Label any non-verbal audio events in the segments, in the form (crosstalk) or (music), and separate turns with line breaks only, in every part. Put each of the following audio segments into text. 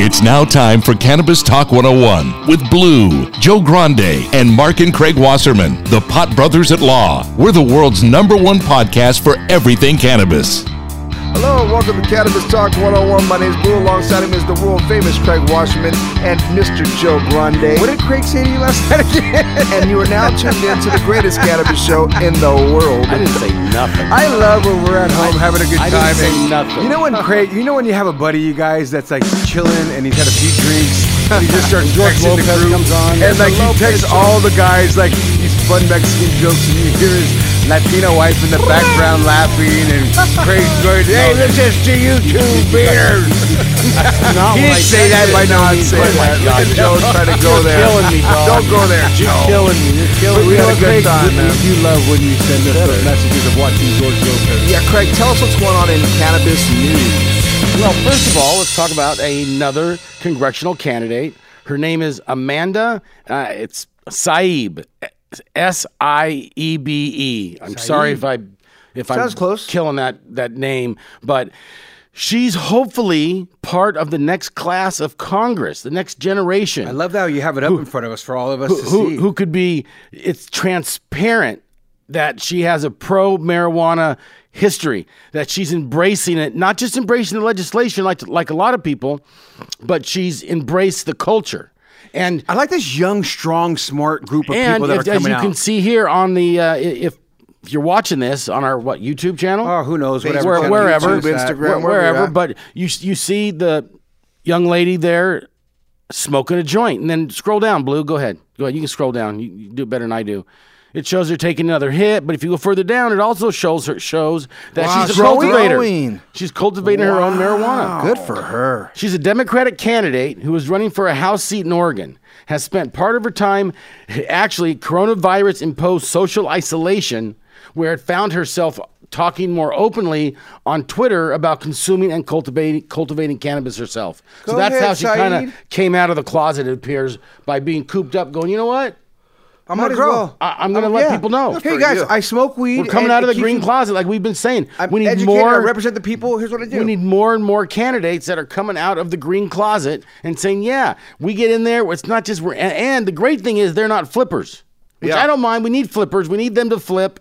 It's now time for Cannabis Talk 101 with Blue, Joe Grande, and Mark and Craig Wasserman, the Pot Brothers at Law. We're the world's number one podcast for everything cannabis.
Hello and welcome to Cannabis Talk 101. My name's Blue. Alongside him is the world famous Craig Wasserman and Mr. Joe Grande. What did Craig say to you last (laughs) night again? and you are now tuned in to the greatest cannabis show in the world.
I didn't say nothing.
I love when we're at home having a good
I didn't
time.
say
and-
nothing.
You know when Craig? You know when you have a buddy, you guys, that's like chilling and he's had a few drinks. And he just starts
(laughs) George
texting the
Lopez
group,
comes on.
and
There's
like
a
he
Lopez
texts
joke.
all the guys like these fun Mexican jokes, and you hear his Latino wife in the background laughing, and Craig's going, "Hey, listen to you two (laughs) beers."
Not
He
what I
didn't say that
said.
by
Oh
not saying
my
that.
God.
Look at Joe trying to go there.
killing me, dog.
Don't go there,
You're
Joe.
killing me. You're killing me.
We
You
had a
know,
good
Craig,
time,
you-
man.
You love when you send us those messages of watching George Lopez.
Yeah, Craig, tell us what's going on in cannabis news.
Well, first of all, let's talk about another congressional candidate. Her name is Amanda. Uh, it's Saib. S I E B E. I'm sorry if I if
Sounds
I'm
close.
killing that that name, but she's hopefully part of the next class of Congress, the next generation.
I love how you have it up in front of us for all of us to
who,
see.
who could be it's transparent that she has a pro marijuana history that she's embracing it not just embracing the legislation like like a lot of people but she's embraced the culture and
I like this young, strong, smart group of
and
people that
if-
are
as
coming
you
out.
can see here on the uh, i- if if you're watching this on our what YouTube channel
oh, who knows? Whatever.
where,
kind of
wherever,
YouTube is that.
Instagram, wherever
where- wherever.
you're at.
But you you see the young lady there smoking a joint, and then scroll down, blue. Go ahead, go ahead. You can scroll down. You, you do it better than I do. It shows her taking another hit, but if you go further down, it also shows her shows that
Wow,
she's a
she's
cultivator.
growing.
She's cultivating her own marijuana.
Good for her.
She's a Democratic candidate who is running for a House seat in Oregon, has spent part of her time, actually, coronavirus imposed social isolation, where it found herself talking more openly on Twitter about consuming and cultivating, cultivating cannabis herself. so
Go
that's
ahead,
how she kind
Saeed.
of came out of the closet, it appears, by being cooped up, going, you know what?
I'm
Might
gonna
as
grow.
well.
I- I'm going to let
yeah.
people know.
Um, Hey
for
guys,
you.
I smoke weed.
We're coming
and
out of
it
the
keeps
green
me-
closet like we've been saying.
I'm
we need
educated, I
more
represent the people. Here's what I do.
We need more and more candidates that are coming out of the green closet and saying, "Yeah, we get in there. It's not just we're." And, and the great thing is, they're not flippers, which
Yeah.
I don't mind. We need flippers. We need them to flip.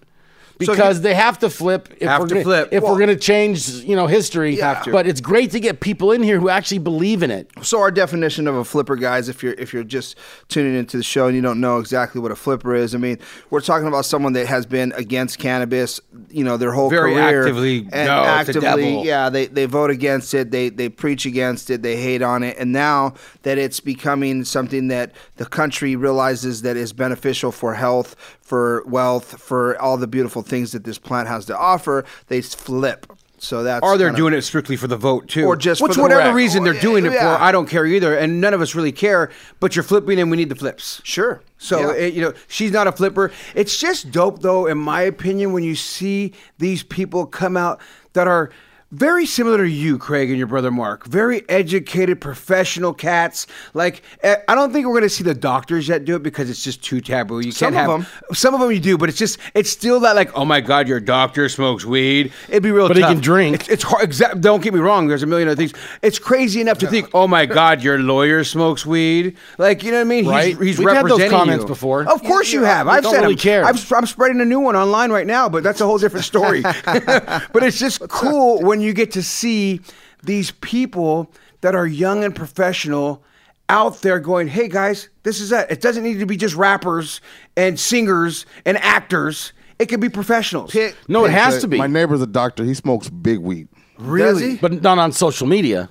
because they have to flip if
Have
we're
to
gonna,
flip.
if
Well-
we're going to change you know history.
Have to.
But it's great to get people in here who actually believe in it.
So our definition of a flipper, guys, if you're if you're just tuning into the show and you don't know exactly what a flipper is, I mean, we're talking about someone that has been against cannabis, you know, their whole
Very
career,
actively,
and
"No, it's the
actively,
devil."
yeah, they they vote against it, they they preach against it, they hate on it, and now that it's becoming something that the country realizes that is beneficial for health, for wealth, for all the beautiful things that this plant has to offer, they flip. So that's
Or they're
kinda-
doing it strictly for the vote too,
Or just
which
for the-
whatever
Correct.
reason they're doing it
Yeah.
for. I don't care either, and none of us really care. But you're flipping, and we need the flips.
Sure.
So
Yeah.
it, you know she's not a flipper. It's just dope, though, in my opinion, when you see these people come out that are very similar to you, Craig, and your brother Mark. Very educated, professional cats. Like eh, I don't think we're going to see the doctors yet do it because it's just too taboo. You
Some
can't have
of 'em.
Some of them you do, but it's just it's still that like, oh my god, your doctor smokes weed. It'd be real.
But he
tough.
can drink.
It's, it's hard. Exact. Don't get me wrong. There's a million other things. It's crazy enough to think, oh my god, your lawyer smokes weed. Like you know what I mean?
Right.
He's, he's
We've had those
representing
comments
you.
before.
Of course you have.
We
I've
don't
said
really
them.
care.
I've, I'm spreading a new one online right now, but that's a whole different
(laughs)
story. but it's just cool when you get to see these people that are young and professional out there going, "Hey guys, this is it. It doesn't need to be just rappers and singers and actors. It can be professionals."
No, it has to be,
My neighbor's a doctor. He smokes big weed.
Does he?
but not on social media.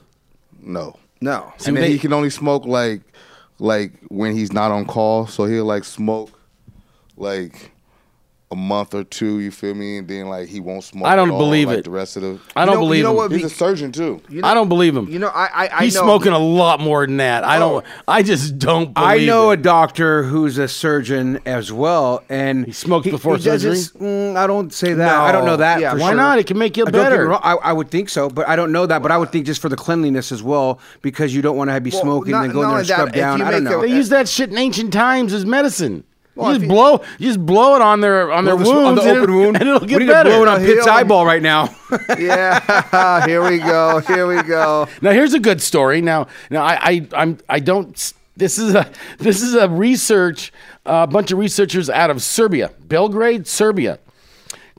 No.
No.
and
they-
he can only smoke like like when he's not on call. So he'll like smoke like a month or two. You feel me? And then like he won't smoke.
I don't
at all,
believe
like,
it.
The rest of the
I don't
know- you
believe
know
him.
what-
He's a surgeon too.
I don't believe him.
You know, I- I- I
he's
know-
smoking a lot more than that. I don't. I just don't. Believe
I know
it.
a doctor who's a surgeon as well, and he
smokes before
does
surgery?
his- mm, I don't say that. I don't know that.
Yeah,
for
why
sure.
not? It can make you
Uh, don't get me
better.
wrong, I, I would think so, but I don't know that. But I would think just for the cleanliness as well, because you don't want to be
Well,
smoking
not-
and go in
not
there
only
and
that,
scrub
if
down.
you
I don't
make a-
know.
(laughs) They used that shit in ancient times as medicine. you
if
just
you-
blow, you just blow it on their on their
Blow the sm-
wounds,
on the
and
open
(laughs) it'll-
wound.
and it'll get
we need
better.
to blow it on Pitt's
Heal.
eyeball right now.
Yeah, (laughs) here we go. Here we go.
Now here's a good story. Now, now I, I I'm I don't. This is a this is a research a bunch of researchers out of Serbia, Belgrade, Serbia.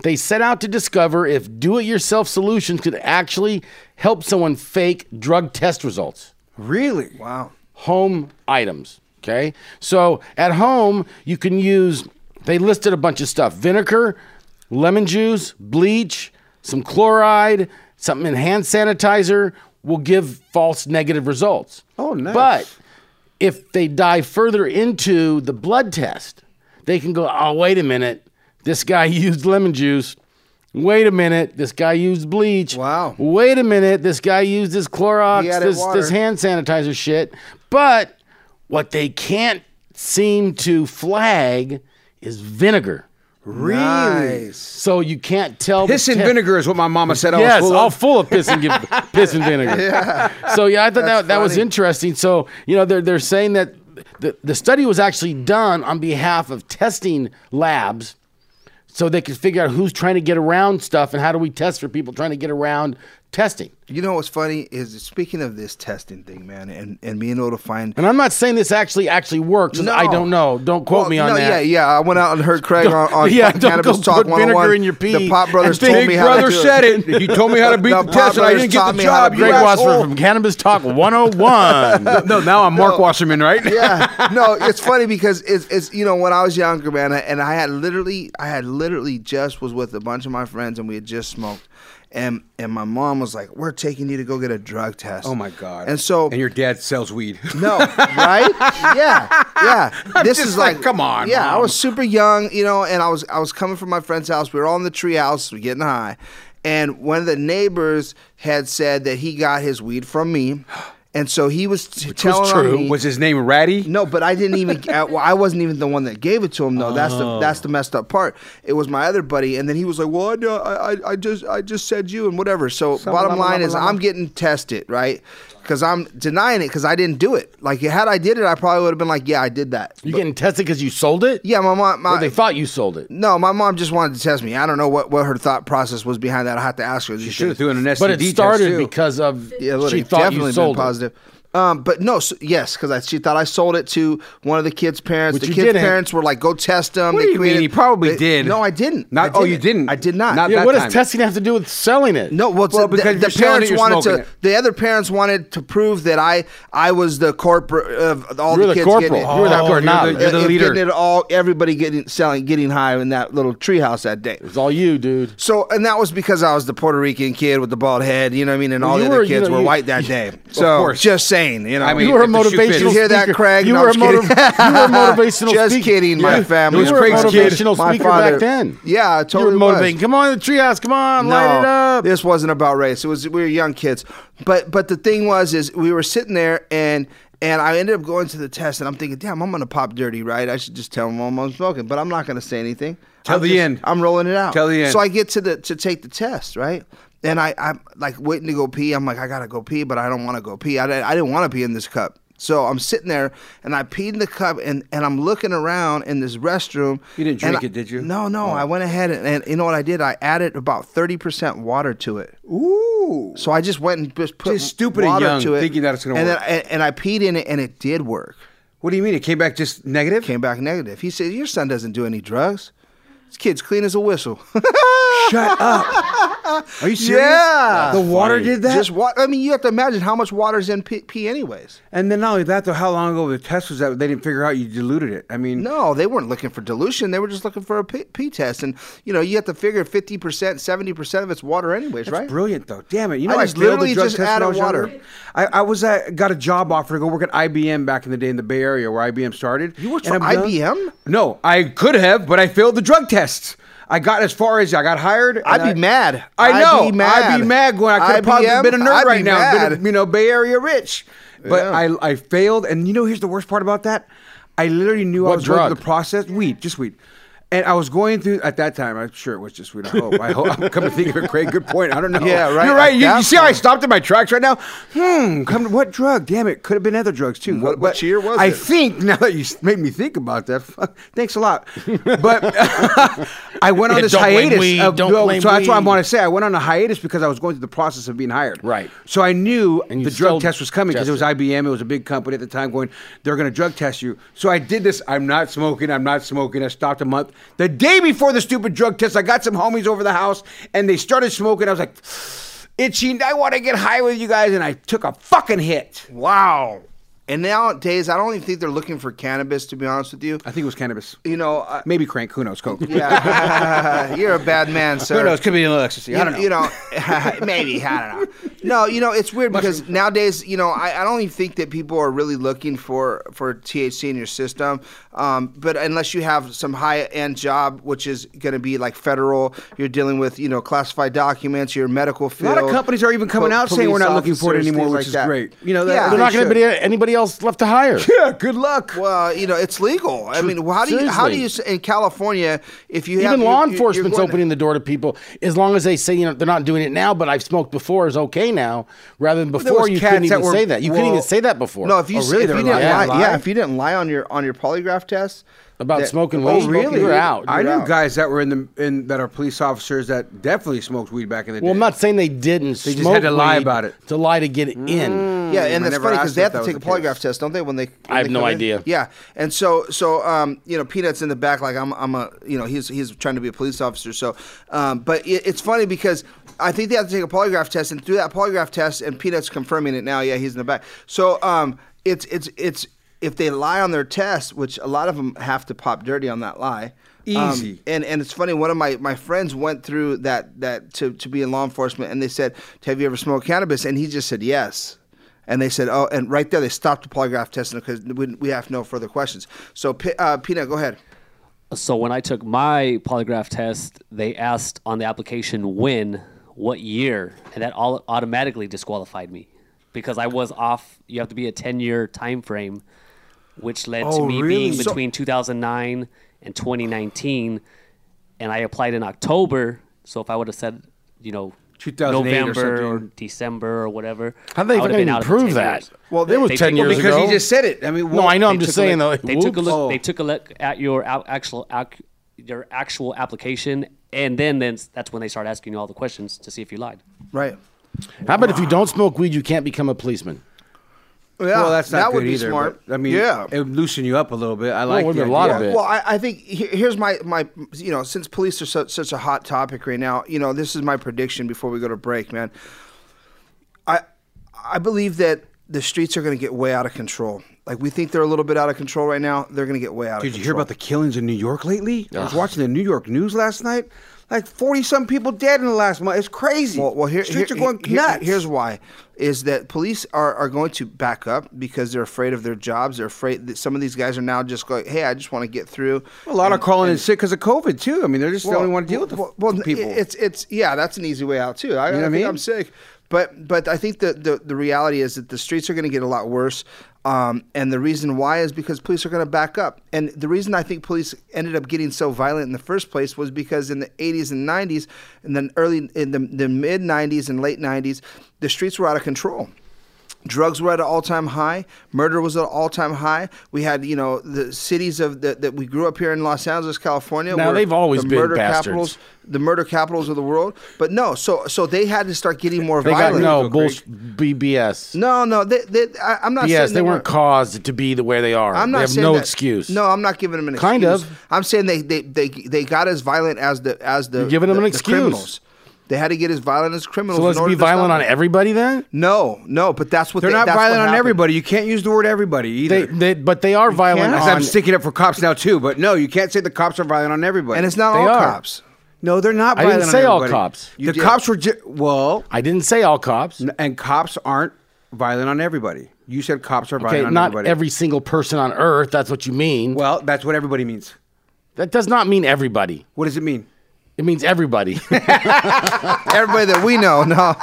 They set out to discover if do-it-yourself solutions could actually help someone fake drug test results.
really?
Wow.
Home items. Okay, so at home you can use. They listed a bunch of stuff: vinegar, lemon juice, bleach, some chloride, something in hand sanitizer will give false negative results.
Oh, nice.
But if they dive further into the blood test, they can go, oh, wait a minute. This guy (laughs) used lemon juice. Wait a minute. This guy used bleach.
Wow.
Wait a minute. This guy used this Clorox,
He added
this,
water.
this hand sanitizer shit. But what they can't seem to flag is vinegar.
Really?
Nice.
So you can't tell.
(laughs)
the
Piss and
te-
vinegar is what my mama said. I
yes,
was full
all
of.
full of piss
(laughs)
and, give, piss and vinegar. So yeah, I thought that, that was
funny.
interesting. So you know, they're they're saying that the the study was actually done on behalf of testing labs, so they could figure out who's trying to get around stuff and how do we test for people trying to get around testing.
You know what's funny is speaking of this testing thing, man, and, and being able to find.
And I'm not saying this actually actually works.
No.
I don't know. Don't quote
Well,
me on
no,
that.
Yeah, yeah. I went out and heard Craig on,
(laughs)
on
yeah, don't
Cannabis
go
Talk
put
101.
vinegar in your pee.
The
(laughs)
Pop Brothers
And
told
Big
me how
Brother
to do
said it. He told me how to beat
(laughs) The
the, test, and I
brothers
didn't
taught
get the
me how to Oh.
job. you
Greg Wasserman
asshole.
from Cannabis
(laughs)
Talk 101.
No, now I'm Mark Wasserman, right?
(laughs)
(laughs)
yeah. No, it's funny because it's, it's you know when I was younger, man, I- and I had literally, I had literally just was with a bunch of my friends, and we had just smoked, and and my mom was like, "We're taking you to go get a drug test."
Oh my god.
And so
and your dad sells weed.
(laughs) No, right? yeah,
(laughs)
yeah. this
just
is
like,
like,
come on,
Yeah, I
Mom.
was super young, you know, and I was I was coming from my friend's house. We were all in the tree house, we getting high, and one of the neighbors had said that he got his weed from me, and so he was t- telling on
True.
me-
Was his name Ratty?
no, but I didn't even. I, well, I wasn't even the one that gave it to him. though. that's the that's the messed up part. It was my other buddy, and then he was like, "Well, I know- I, I, I just I just said you and whatever." So bottom line is, I'm getting tested, right? Because I'm denying it because I didn't do it. Like had I did it, I probably would have been like, "Yeah, I did that."
you getting tested because you sold it?
Yeah, my mom. My,
Or they thought you sold it.
no, my mom just wanted to test me. I don't know what, what her thought process was behind that. I have to ask her.
Should have thrown an STD
But it started
test too.
because of
Yeah, it would
she
have
thought
definitely
you sold
been
it.
positive. Um, but no, so, yes, because I, she thought I sold it to one of the kids' parents.
Which
the
you
kids'
didn't.
parents were like, "Go test them."
What do you mean? You probably did.
No, I didn't.
Not-
I
oh, you didn't.
I did not.
Not
Yeah,
that
what does
time.
testing have to do with selling it?
No, well, it's
Well,
the-
because
the,
you're
the
selling
parents
it, you're
wanted to.
smoking it.
The other parents wanted to prove that I I was the corporate of all
You're the
the kids
corporal.
getting it.
You're the Oh, cornado.
you're the- you're the
Uh, if
leader.
Getting it all, everybody getting selling, getting high in that little treehouse that day.
It's all you, dude.
So, and that was because I was the Puerto Rican kid with the bald head, you know what I mean, and all
you
the other
were, you
kids
know,
were
you-
white
(laughs)
that day. So,
course.
just saying, you know,
I mean,
You were a
if the shoe
motivational.
fits.
Did you hear that,
speaker.
Craig?
You
No,
were a
I'm
motiv-
just kidding.
You were
(laughs)
a motivational.
Just
speaker.
kidding, my
You-
family.
You
It was
were a
Craig's kid.
motivational
My
speaker
father-
back then.
Yeah, I
you
totally
were
was.
motivating. Come on, the treehouse. Come on, light it up.
This wasn't about race. It was we were young kids. But but the thing was is we were sitting there and and I ended up going to the test and I'm thinking, damn, I'm gonna pop dirty, right? I should just tell them I'm smoking, but I'm not gonna say anything.
Till
I'm
the
just-
end.
I'm rolling it out.
Till the end.
So I get to the to take the test, right? And I I'm like waiting to go pee. I'm like I gotta go pee, but I don't want to go pee. I, di- I didn't want to pee in this cup. So I'm sitting there and I peed in the cup and, and I'm looking around in this restroom.
You didn't
and
drink
I-
it, did you? Oh.
No, no. I went ahead and, and you know what I did? I added about 30% water to it.
Ooh.
So I just went and just put
Just stupid and
water
young,
to it,
thinking that it's gonna
and
work.
Then, and, and I peed in it, and it did work.
What do you mean? It came back just negative?
Came back negative. He said, "Your son doesn't do any drugs. This kid's clean as a whistle." (laughs)
Shut up. Are you serious?
Yeah.
The water
funny.
did that?
just what? I mean, you have to imagine how much water's in pee, pee anyways.
and then not only that, though, how long ago the test was that they didn't figure out you diluted it? I mean,
No, they weren't looking for dilution. They were just looking for a pee, pee test, and you know, you have to figure fifty percent, seventy percent of it's water anyways,
That's
right?
brilliant, though. Damn it! You know,
I
I,
just
failed the
literally
drug
just
test when
added
I was younger.
water.
I, I was at, got a job offer to go work at IBM back in the day in the Bay Area where IBM started.
You worked
And
for
I'm young-
IBM?
No, I could have, but I failed the drug tests. I got as far as I got hired. and
I'd be
I-
mad.
I
I'd
know.
be mad.
I'd be mad going. I could have
IBM?
probably been a nerd
I'd be
right now, and been
mad.
a, you know, Bay Area rich. But
Yeah.
I, I failed, and you know, here's the worst part about that. I literally knew I
What
was going through
drug?
the process. Weed, just weed. And I was going through at that time. I'm sure it was just weed. I hope. I hope. I'm coming to think of it, Craig. Good point. I don't know.
Yeah, right,
You're right.
at
You, you
that
see how I
point.
stopped in my tracks right now? Hmm. Come. To, what drug? Damn it. Could have been other drugs too.
What- what
but
year was
I
it?
think (laughs) now that you s- made me think about that. fuck, Thanks a
(laughs)
lot. But (laughs) I went on
Yeah,
this
don't blame
hiatus.
weed,
of-
don't
no,
blame
so that's why I'm
weed.
on to say I went on a hiatus because I was going through the process of being hired.
Right.
So I knew
And you
the drug
still
test was coming because it was
tested.
IBM. It was a big company at the time. Going, they're going to drug test you. So I did this. I'm not smoking. I'm not smoking. I stopped a month. The day before the stupid drug test, I got some homies over the house and they started smoking. I was like, (sighs) itching. I want to get high with you guys, and I took a fucking hit.
Wow. And nowadays, I don't even think they're looking for cannabis. To be honest with you,
I think it was cannabis.
you know, I,
Maybe crank. Who knows? Coke.
yeah, (laughs) you're a bad man, sir.
Who knows? Could be a little ecstasy. I
You
don't
know,
know.
you know, (laughs) maybe I don't know. No, you know it's weird because nowadays, you know, I, I don't even think that people are really looking for for THC in your system. Um, but unless you have some high end job, which is going to be like federal, you're dealing with you know classified documents, your medical
A
field.
lot of companies are even coming
po-
out saying we're
police
not looking for it
officers,
anymore,
things
which
like
is
that.
great. You know, that-
Yeah.
They're not
They
going to be anybody else left to hire.
(laughs) Yeah, good luck.
Well, you know, it's legal. I mean, how do you how do
Seriously.
you s- in California if you have
Even
you-
law
you- you're
enforcement's
going-
opening the door to people as long as they say you know they're not doing it now, but I've smoked before is okay now. Rather than
there
before,
was
you
cats
couldn't even
that were-
say that. You couldn't
well,
even say that before.
No, if you,
Oh,
s-
really?
if
They
you
were
didn't
lying?
lie,
Lying?
yeah, if you didn't lie on your on your polygraph test
about
that- Oh,
smoking
about
weed,
smoking
you're
weed,
out.
I
you're
knew
out.
guys that were in the in that are police officers that definitely smoked weed back in the day.
Well, I'm not saying they didn't.
They just
smoke
had to lie
weed
about it.
to lie to get in.
Yeah,
Mm, I
and that's
never
funny because
asked
they
if
have to
that
take a
was the
polygraph
case.
test, don't they? When they, when
have
they
no
come in?
idea.
Yeah, and so so um, you know, Peanuts in the back, like I'm I'm a you know he's he's trying to be a police officer. So, um, but it, it's funny because I think they have to take a polygraph test, and through that polygraph test, and Peanuts confirming it now. Yeah, he's in the back. So um, it's it's it's if they lie on their test, which a lot of them have to pop dirty on that lie. um,
Easy.
and and it's funny. One of my, my friends went through that that to, to be in law enforcement, and they said, "Have you ever smoked cannabis?" And he just said, "Yes." And they said, "Oh," and right there they stopped the polygraph testing because we, we have no further questions. So, P- uh, Peanut, go ahead.
So when I took my polygraph test, they asked on the application when, what year, and that all automatically disqualified me because I was off. You have to be a ten-year time frame, which led
Oh,
to me
really?
being
So-
between 2009 and 2019, and I applied in October. So if I would have said, you know.
2008 or
November or,
something.
December or whatever.
How they
I would've
fucking
been out of the
prove
10
that?
years.
Well,
They-
it was
they
ten
took-
years
because
ago.
he just said it. I mean,
no, I know.
they
I'm just
took a
saying though.
look- They took a
whoops.
look.
Oh.
They took a look at your out, actual ac- your actual application, and then then s- that's when they start asking you all the questions to see if you lied.
Right.
How about if you don't smoke weed, you can't become a policeman?
well, that's not
that would
good
be
either,
smart.
but, I mean,
Yeah.
it would loosen you up a little bit. I like
would've
the
been a lot of
idea.
it.
Well, I, I think he- here's my my you know since police are such such a hot topic right now, you know this is my prediction before we go to break, man. I I believe that the streets are going to get way out of control. Like we think they're a little bit out of control right now. They're going to get way out of
Did
control.
you hear about the killings in New York lately? I was watching the New York news last night. Like forty some people dead in the last month. It's crazy.
Well, well here,
streets
here-
are going
here-
nuts.
Here's why: is that police are, are going to back up because they're afraid of their jobs. They're afraid that some of these guys are now just going, "Hey, I just want to get through."
a lot are calling in sick because of COVID too. I mean, they're just the only one to deal with the
well,
well,
well,
people.
It's it's yeah, that's an easy way out too. I,
know what
I
I
think
mean?
I'm sick, but but I think the the, the reality is that the streets are going to get a lot worse. Um, and the reason why is because police are going to back up. And the reason I think police ended up getting so violent in the first place was because in the 80s and 90s, and then early in the, the mid 90s and late 90s, the streets were out of control drugs were at an all-time high murder was at an all-time high we had you know the cities of the, that we grew up here in los angeles california
Now,
were
they've always
the
been
murder
bastards.
capitals the murder capitals of the world but no so so they had to start getting more
They got
violent
no bullshit BBS.
no no they, they, I, i'm not
yes,
saying
they weren't caused to be the way they are.
I'm not
they have
saying
no
that-
excuse.
No, I'm not giving them an excuse.
Kind of.
I'm saying they they, they they got as violent as the as the
You're giving them
the-
an
the
excuse.
criminals. They had to get as violent as criminals.
so
in
let's
order
be
to stop
violent on
them.
everybody then.
No, no, but that's what
they're
they,
not
that's what
violent on
happened.
everybody. You can't use the word everybody either.
They, they but they are violent
Yes,
on.
I'm sticking up for cops now too, but no, you can't say the cops are violent on everybody.
and it's not
They
all
are.
cops.
No, they're not
I didn't
violent. on
say all
everybody.
cops.
the
did.
cops were ju- well,
I didn't say all cops.
and cops aren't violent on everybody. You said cops are violent
okay,
on
not
everybody.
every single person on earth. That's what you mean.
well, that's what everybody means.
that does not mean everybody.
What does it mean?
It means
(laughs)
everybody.
Everybody that we know, no,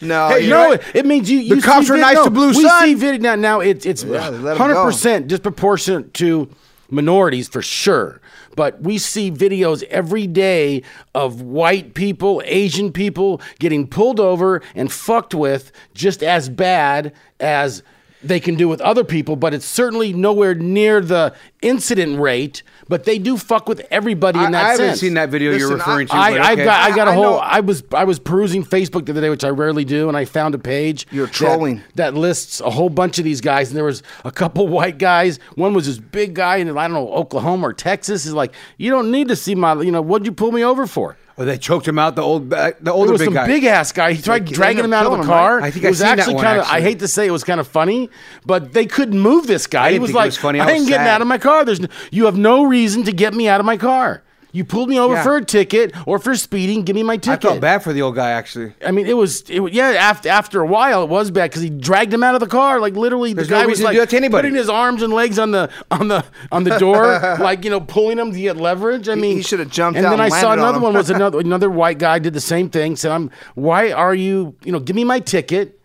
no,
Hey,
you're
no,
right.
it means you. you see
cops are
vid-
nice
no,
to blue
We
sun.
see vid- now. Now it's it's
Yeah, they let 'em go.
hundred percent disproportionate to minorities for sure. But we see videos every day of white people, Asian people getting pulled over and fucked with just as bad as they can do with other people. But it's certainly nowhere near the incident rate. But they do fuck with everybody
I,
in that
I haven't
sense.
seen that video you're
Listen, I-
referring to.
I,
but
I
okay.
got I got a
I- I
whole
know-
I was I was perusing Facebook the other day, which I rarely do, and I found a page.
You're
that-
trolling.
That, lists a whole bunch of these guys, and there was a couple (laughs) white guys. One was this big guy in I don't know Oklahoma or Texas. Is like you don't need to see my you know what'd you pull me over for?
Oh, they choked him out. The old, uh, the
It
older
was
big
some
guy.
big ass guy. He tried
They
dragging
ended
him
up
out of the
killing him, right?
car.
I think
it
I've
was
seen that
actually
one,
kind of. I
actually.
hate to say it was kind of funny, but they couldn't move this guy.
didn't
he was
think it
like,
was funny. I
I
was
ain't getting
sad.
out of my car. There's no, you have no reason to get me out of my car. You pulled me over
Yeah.
for a ticket or for speeding. Give me my
I
ticket.
felt bad for the old guy actually.
I mean, it was, it, was- yeah. After after a while, it was bad because he dragged him out of the car. Like literally,
There's
the
no
guy
reason
was
to
like
do that to anybody.
putting his arms and legs on the on the on the door,
(laughs)
like you know, pulling him to get leverage. I mean,
he should have jumped
And
out
then
and
I saw
landed on
another
him.
(laughs)
one was another another white guy did the same thing. Said, "I'm why are you you know give me my ticket?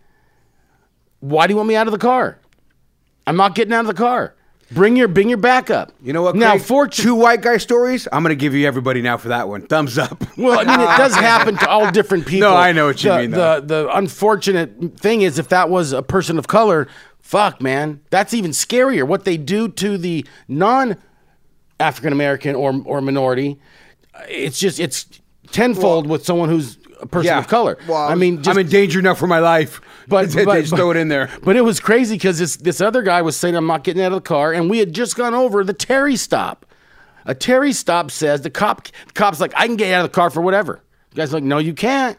Why do you want me out of the car? I'm not getting out of the car. Bring your bring your backup.
You know what?
Now,
Craig?
fortune.
two white guy stories. I'm gonna give you everybody now for that one. Thumbs up.
Well, I mean, it does happen to all different people.
No, I know what you
the,
mean,
The
though.
the unfortunate thing is, if that was a person of color, fuck, man, that's even scarier. What they do to the non African American or or minority, it's just it's tenfold with someone who's a person
yeah.
of color.
Well,
I mean,
(laughs)
just
I'm in danger now for my life.
but,
(laughs) they
but-
just throw it in there.
But it was crazy because this this other guy was saying, "I'm not getting out of the car," and we had just gone over the Terry stop. A Terry stop says the cop cop's like, "I can get out of the car for whatever." The guy's like, "No, you can't."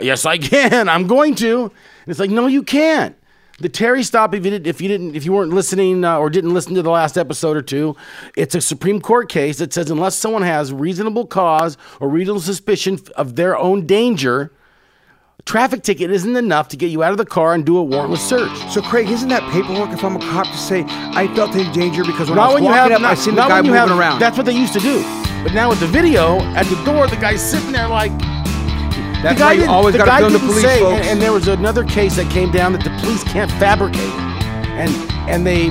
Yes, I (laughs) can. I'm going to. And it's like, no, you can't. The Terry stop, if you, did, if you didn't, if you weren't listening uh, or didn't listen to the last episode or two, it's a Supreme Court case that says unless someone has reasonable cause or reasonable suspicion f- of their own danger, traffic ticket isn't enough to get you out of the car and do a warrantless search.
So Craig, isn't that paperwork if I'm a cop to say I felt in danger because when I
Not
was
when you
walking
have,
up,
not,
I seen the
not
guy
when you
moving
have,
around.
That's what they used to do. But now with the video at the door, the guy's sitting there like.
That's
the guy
why you
didn't-
always
the
got to
guy
film the
didn't
police,
say,
folks.
And, and there was another case that came down that the police can't fabricate, and and they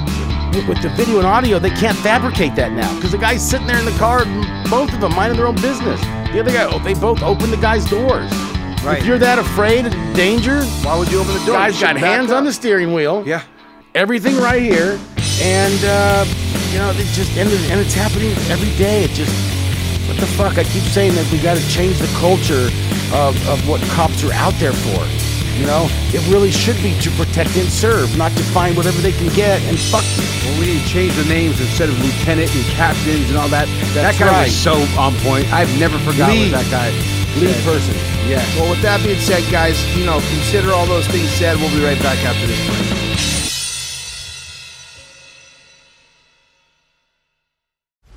with- with the video and audio they can't fabricate that now because the guy's sitting there in the car, both of them minding their own business. The other guy, oh, they both opened the guy's doors.
Right.
If you're that afraid of danger,
Why would you open the door?
guy's
You should
got
back
hands
up.
on the steering wheel.
yeah.
Everything right here, and uh, you know it just and, it- and it's happening every day. It just what the fuck? I keep saying that we got to change the culture of, of what cops are out there for. You know, it really should be to protect and serve, not to find whatever they can get and fuck you.
Well, we need to change the names instead of lieutenant and captains and all that. that
That's
guy
right.
was so on point. I've never forgotten
Lead.
that guy.
Lead person.
Yes.
Well, with that being said, guys, you know, consider all those things said. We'll be right back after this break.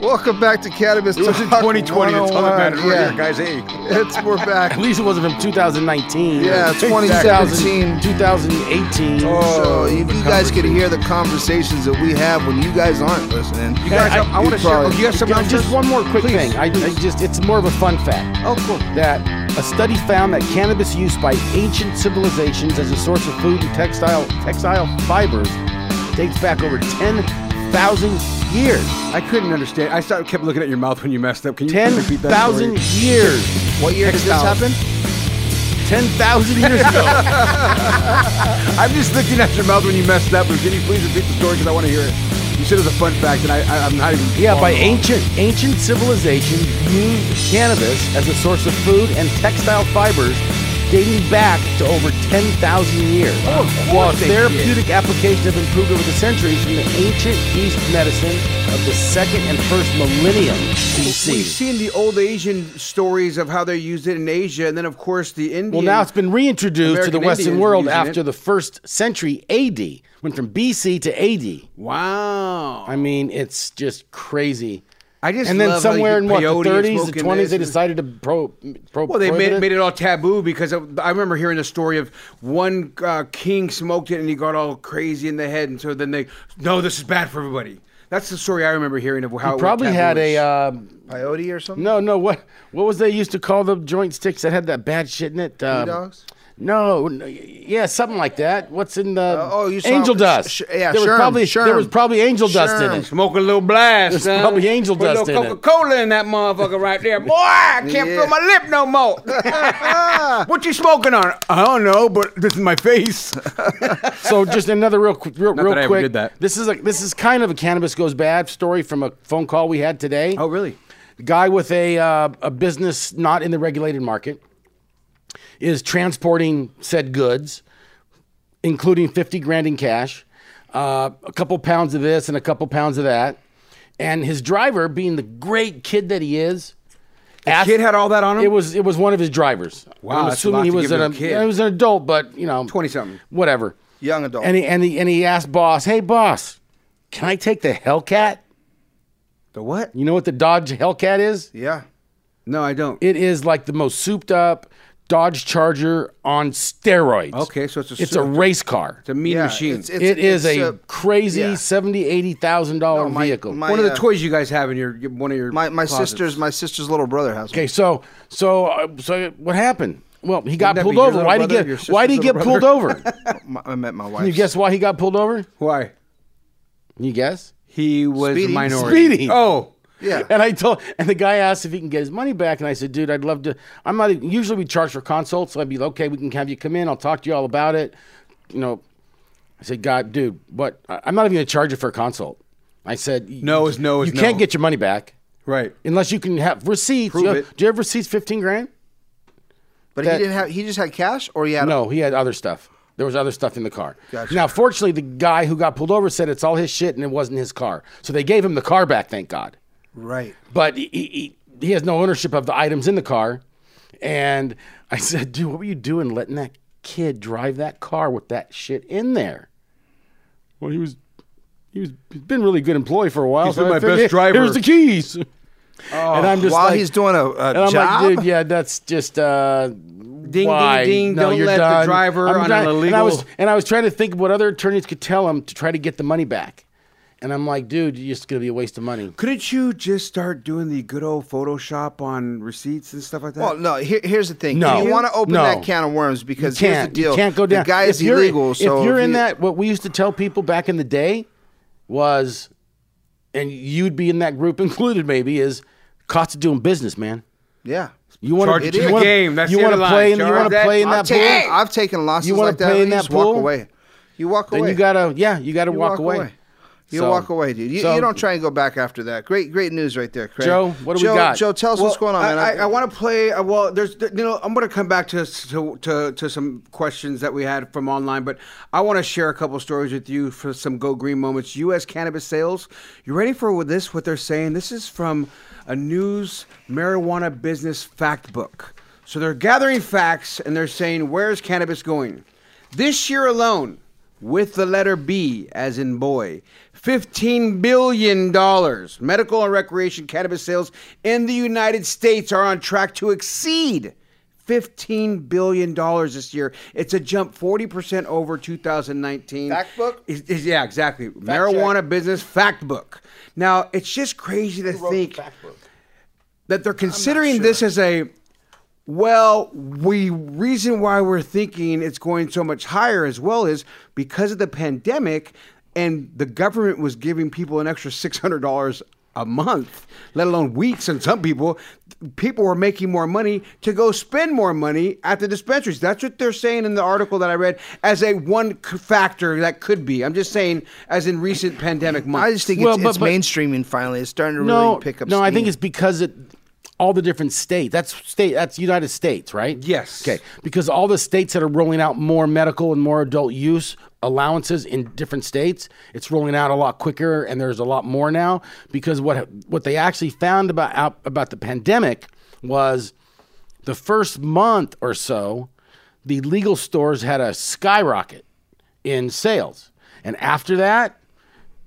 Welcome back to Cannabis
It was in
Talk
2020. That's all that
101.
matters. We're
Yeah.
here, guys. Hey.
It's we're back.
At least it wasn't from 2019.
Yeah, 2017.
2000, 2018. Oh,
so if you guys could hear the conversations that we have when you guys aren't listening,
You guys, I, I, want to share. Oh,
probably-
you have something
Yeah,
else?
just one more quick
Please,
thing. I, I just it's more of a fun fact.
Oh, cool.
That a study found that cannabis use by ancient civilizations as a source of food and textile textile fibers dates back over 10,000 years.
I couldn't understand. I started, kept looking at your mouth when you messed up. Can you please repeat that
10,000
story?
years.
What year did this
Textiles.
happen?
10,000 years ago.
I'm just looking at your mouth when you messed up. But can you please repeat the story? Because I want to hear it. You said it was a fun fact, and I, I, I'm not even.
Yeah, by
following along.
ancient ancient civilization used cannabis as a source of food and textile fibers dating back to over 10,000 years. While
they
therapeutic applications have improved over the centuries from the ancient East medicine of the second and first millennium
We've
BC.
seen the old Asian stories of how they used it in Asia, and then of course the Indian.
Well, now it's been reintroduced to
American
the Western
Indians
world
using
after
it.
the first century AD. Went from BC to AD.
Wow.
I mean, it's just crazy.
I just
and then
love how you
somewhere
get
in what the
peyote and
30s, the
smoking
20s, they
this.
decided to pro, pro
Well, they made
prohibit
it, made it all taboo because I, I remember hearing the story of one uh, king smoked it and he got all crazy in the head, and so then they no, this is bad for everybody. That's the story I remember hearing of how it
You
went
probably
taboo.
had a uh,
Coyote or something?
no, no. What what was they used to call the joint sticks that had that bad shit in it? Um,
dogs?
No, no, yeah, something like that. What's in the
oh, you saw-
angel dust?
sh- yeah,
there
sherm,
was probably
sherm,
there was probably angel dust in
sherm.
it.
Smoke a little blast.
There's
son.
probably angel
Put
dust
a
in
little
it.
Coca-Cola in that motherfucker right
(laughs)
there. Boy, I can't
Yeah.
feel my lip no more. what you smoking on? I don't know, but this is my face.
(laughs) So just another real qu- real,
Not
real
that I ever
quick.
did that.
This is a this is kind of a cannabis goes bad story from a phone call we had today.
Oh, really?
Guy with a uh, a business not in the regulated market is transporting said goods, including fifty grand in cash, uh, a couple pounds of this and a couple pounds of that, and his driver, being the great kid that he is,
(laughs)
asked-
kid had all that on him?
It was it was one of his drivers.
Wow,
I'm
that's a
assuming
lot
he
to
was
give to
an
a kid.
he was an adult, but you know,
20-something.
whatever.
Young adult.
And he, and he and he asked boss, "Hey boss, can I take the Hellcat?
The what?
You know what the Dodge Hellcat is?
yeah.
No, I don't.
It is like the most souped up Dodge Charger on steroids.
Okay, so it's a
it's
su-
a race car.
It's a mean
Yeah,
machine.
it's- it-
it is
it's
a,
a-
crazy
yeah.
seventy, eighty thousand dollar
No, my-
vehicle.
my-
one of the
uh,
toys you guys have in your your- one of your
My my
closets.
sister's my sister's little brother has one.
Okay, so so uh, so what happened? Well, he got
that
pulled
be your
over.
little
Why did
brother,
he
your
get
sister's
Why did he get
little
pulled over?
(laughs) My- I met my wife.
Can you guess why he got pulled over?
Why?
Can you guess?
He was
Speeding.
a minority.
Speeding.
Oh.
Yeah.
And I told, and the guy asked if he can get his money back, and I said, "Dude, I'd love to. I'm not even, usually we charge for consults, so I'd be like, okay. We can have you come in. I'll talk to you all about it. You know, I said, God, dude, what? I- I'm not even gonna charge you for a consult. I said,
No is no is
You can't
no.
get your money back
Right.
unless you can have receipts.
Prove
You have-
it.
Do you have receipts? Fifteen grand?
But
that-
he didn't have. He just had cash, or he had
No, he had other stuff. There was other stuff in the car.
Gotcha.
Now, fortunately, the guy who got pulled over said it's all his shit and it wasn't his car. So they gave him the car back, thank God.
right.
but he, he, he has no ownership of the items in the car. And I said, dude, what were you doing letting that kid drive that car with that shit in there? Well, he was, he was, he's been really good employee for a while.
He's been
I
my
figured,
best driver."
Here's the keys.
Oh,
and I'm just
While
like-
he's doing a, a
and I'm
job.
like, dude, yeah, that's just uh,
ding,
why?
ding,
No,
don't
you're
let the
done.
driver on an
trying- And I, was,
illegal-
and I was trying to think what other attorneys could tell him to try to get the money back. And I'm like, dude, you're just gonna be a waste of money.
Couldn't you just start doing the good old Photoshop on receipts and stuff like that?
Well, no. Here, here's the thing.
No.
you want to open
No.
that can of worms because
You
here's the deal.
You can't go down.
The guy
If
is
you're-
illegal. So
if you're in
you-
that, what we used to tell people back in the day was, and you'd be in that group (laughs) included, maybe is cost of doing business, man.
yeah.
You want
Charge
to
it to the
game. That's
you
the
wanna
other line.
play in you
Charge
want to
that-
play in
I've
that
taken,
pool.
I've taken losses
You wanna
like that.
play
and
in
you
that
just walk
pool?
away. You walk away.
Then you gotta yeah, you gotta walk, away.
You
So-
walk away, dude. You,
so-
you don't try and go back after that. Great, great news right there, Craig.
Joe, what do we
Joe,
got?
Joe, tell us what's
Well,
going on, man.
I, I, I want to play. Uh, well, there's, there- you know, I'm going to come back to, to to to some questions that we had from online, but I want to share a couple stories with you for some go green moments. U.S. cannabis sales. You ready for this? What they're saying? This is from a news marijuana business fact book. So they're gathering facts and they're saying where's cannabis going? This year alone, with the letter B as in boy. $15 billion. Medical and recreation cannabis sales in the United States are on track to exceed $15 billion this year. It's a jump 40% over 2019.
Fact book?
Is- is- yeah, exactly. Marijuana Business Fact Book. Now, it's just crazy to think that they're considering this as a well, we reason why we're thinking it's going so much higher as well is because of the pandemic and the government was giving people an extra $600 a month, let alone weeks and some people, people were making more money to go spend more money at the dispensaries. That's what they're saying in the article that I read as a one c- factor that could be. I'm just saying as in recent pandemic months.
I just think
Well,
it's,
but-
it's
but-
mainstreaming finally. It's starting to really
No,
pick up.
no, I think
steam.
it's because it all the different states. That's state. That's United States, right?
Yes.
Okay. Because all the states that are rolling out more medical and more adult use allowances in different states, it's rolling out a lot quicker, and there's a lot more now. Because what what they actually found about out, about the pandemic was the first month or so, the legal stores had a skyrocket in sales, and after that,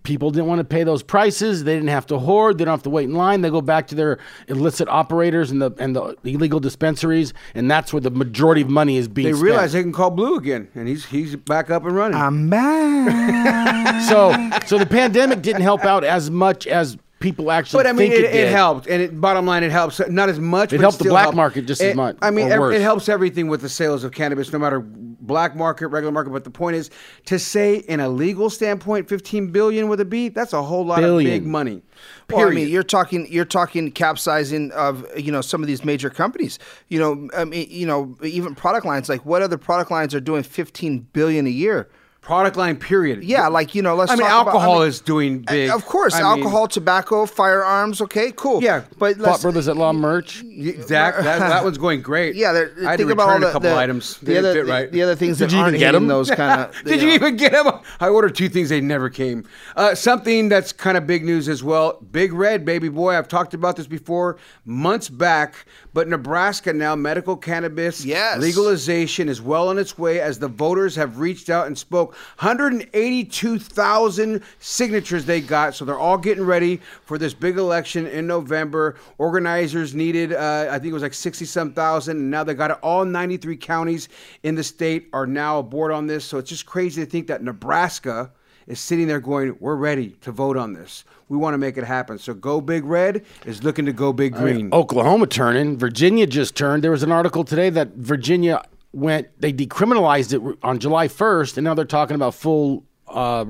people didn't want to pay those prices. They didn't have to hoard. They don't have to wait in line. They go back to their illicit operators and the and the illegal dispensaries, and that's where the majority of money is being.
they
spent.
realize they can call Blue again and he's he's back up and
Um,
running.
I'm back.
so so the pandemic didn't help out as much as people actually.
But I mean,
think
it,
it,
it
did.
helped, and it, bottom line, it helps. Not as much.
It
but
helped the
still
black market just as
It-
much,
I mean,
or
ev-
worse.
it helps everything with the sales of cannabis, no matter black market, regular market. But the point is, to say in a legal standpoint, fifteen billion with a B, that's a whole lot
Billion.
of big money.
Well, I mean,
Period.
you're talking you're talking capsizing of you know some of these major companies. You know, I mean, you know, even product lines. Like, what other product lines are doing 15 billion a year?
Product line, period.
Yeah, like you know, let's.
I mean,
talk about-
alcohol
mean,
is doing big.
Of course,
I mean-
alcohol, tobacco, firearms. Okay, cool.
Yeah,
but
Pop
let's,
Brothers at Law merch.
Exact. That, that one's going great.
yeah, they're,
I had to
think about all
return
the,
a couple
the-
items. They
The other,
didn't fit right.
the other things
Did
that
you
aren't
even get
hitting
'em?
those kind
(laughs)
of.
Did you even get them? I ordered two things. They never came. Uh, something that's kind of big news as well. Big Red, baby boy. I've talked about this before months back, but Nebraska now medical cannabis
Yes.
legalization is well on its way as the voters have reached out and spoke. 182,000 signatures they got, so they're all getting ready for this big election in November. Organizers needed, uh, I think it was like 60 some thousand, and now they got it. All 93 counties in the state are now aboard on this, so it's just crazy to think that Nebraska is sitting there going, We're ready to vote on this. We want to make it happen. So Go Big Red is looking to go Big Green.
Oklahoma turning. Virginia just turned. There was an article today that Virginia went. They decriminalized it on July 1st, and now they're talking about full uh,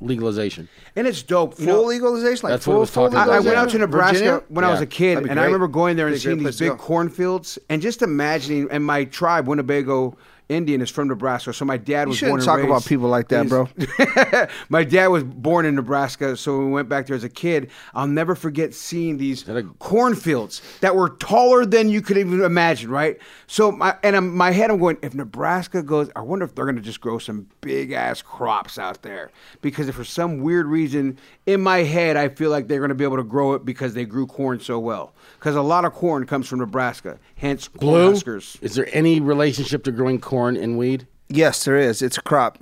legalization.
And it's dope. You
Full
know-
legalization, like
That's what
full,
it was
full
talking about.
I, I went
legalization.
out to Nebraska
Virginia?
when I was
Yeah.
a kid,
That'd be
and I
great.
remember going there and
Be a great
seeing
place
these
to
big
go.
cornfields, and just imagining. And my tribe, Winnebago Indian, is from Nebraska, so my dad was
You
born
shouldn't
and
talk about
raised-
people like that,
is-
bro.
(laughs) my dad was born in Nebraska, so when we went back there as a kid, I'll never forget seeing these cornfields that were taller than you could even imagine, right? So, my, and in my head, I'm going, if Nebraska goes, I wonder if they're going to just grow some big ass crops out there. Because if for some weird reason, in my head, I feel like they're going to be able to grow it because they grew corn so well. Because a lot of corn comes from Nebraska, hence corn
Blue,
huskers.
is there any relationship to growing corn and weed?
Yes, there is. It's a crop.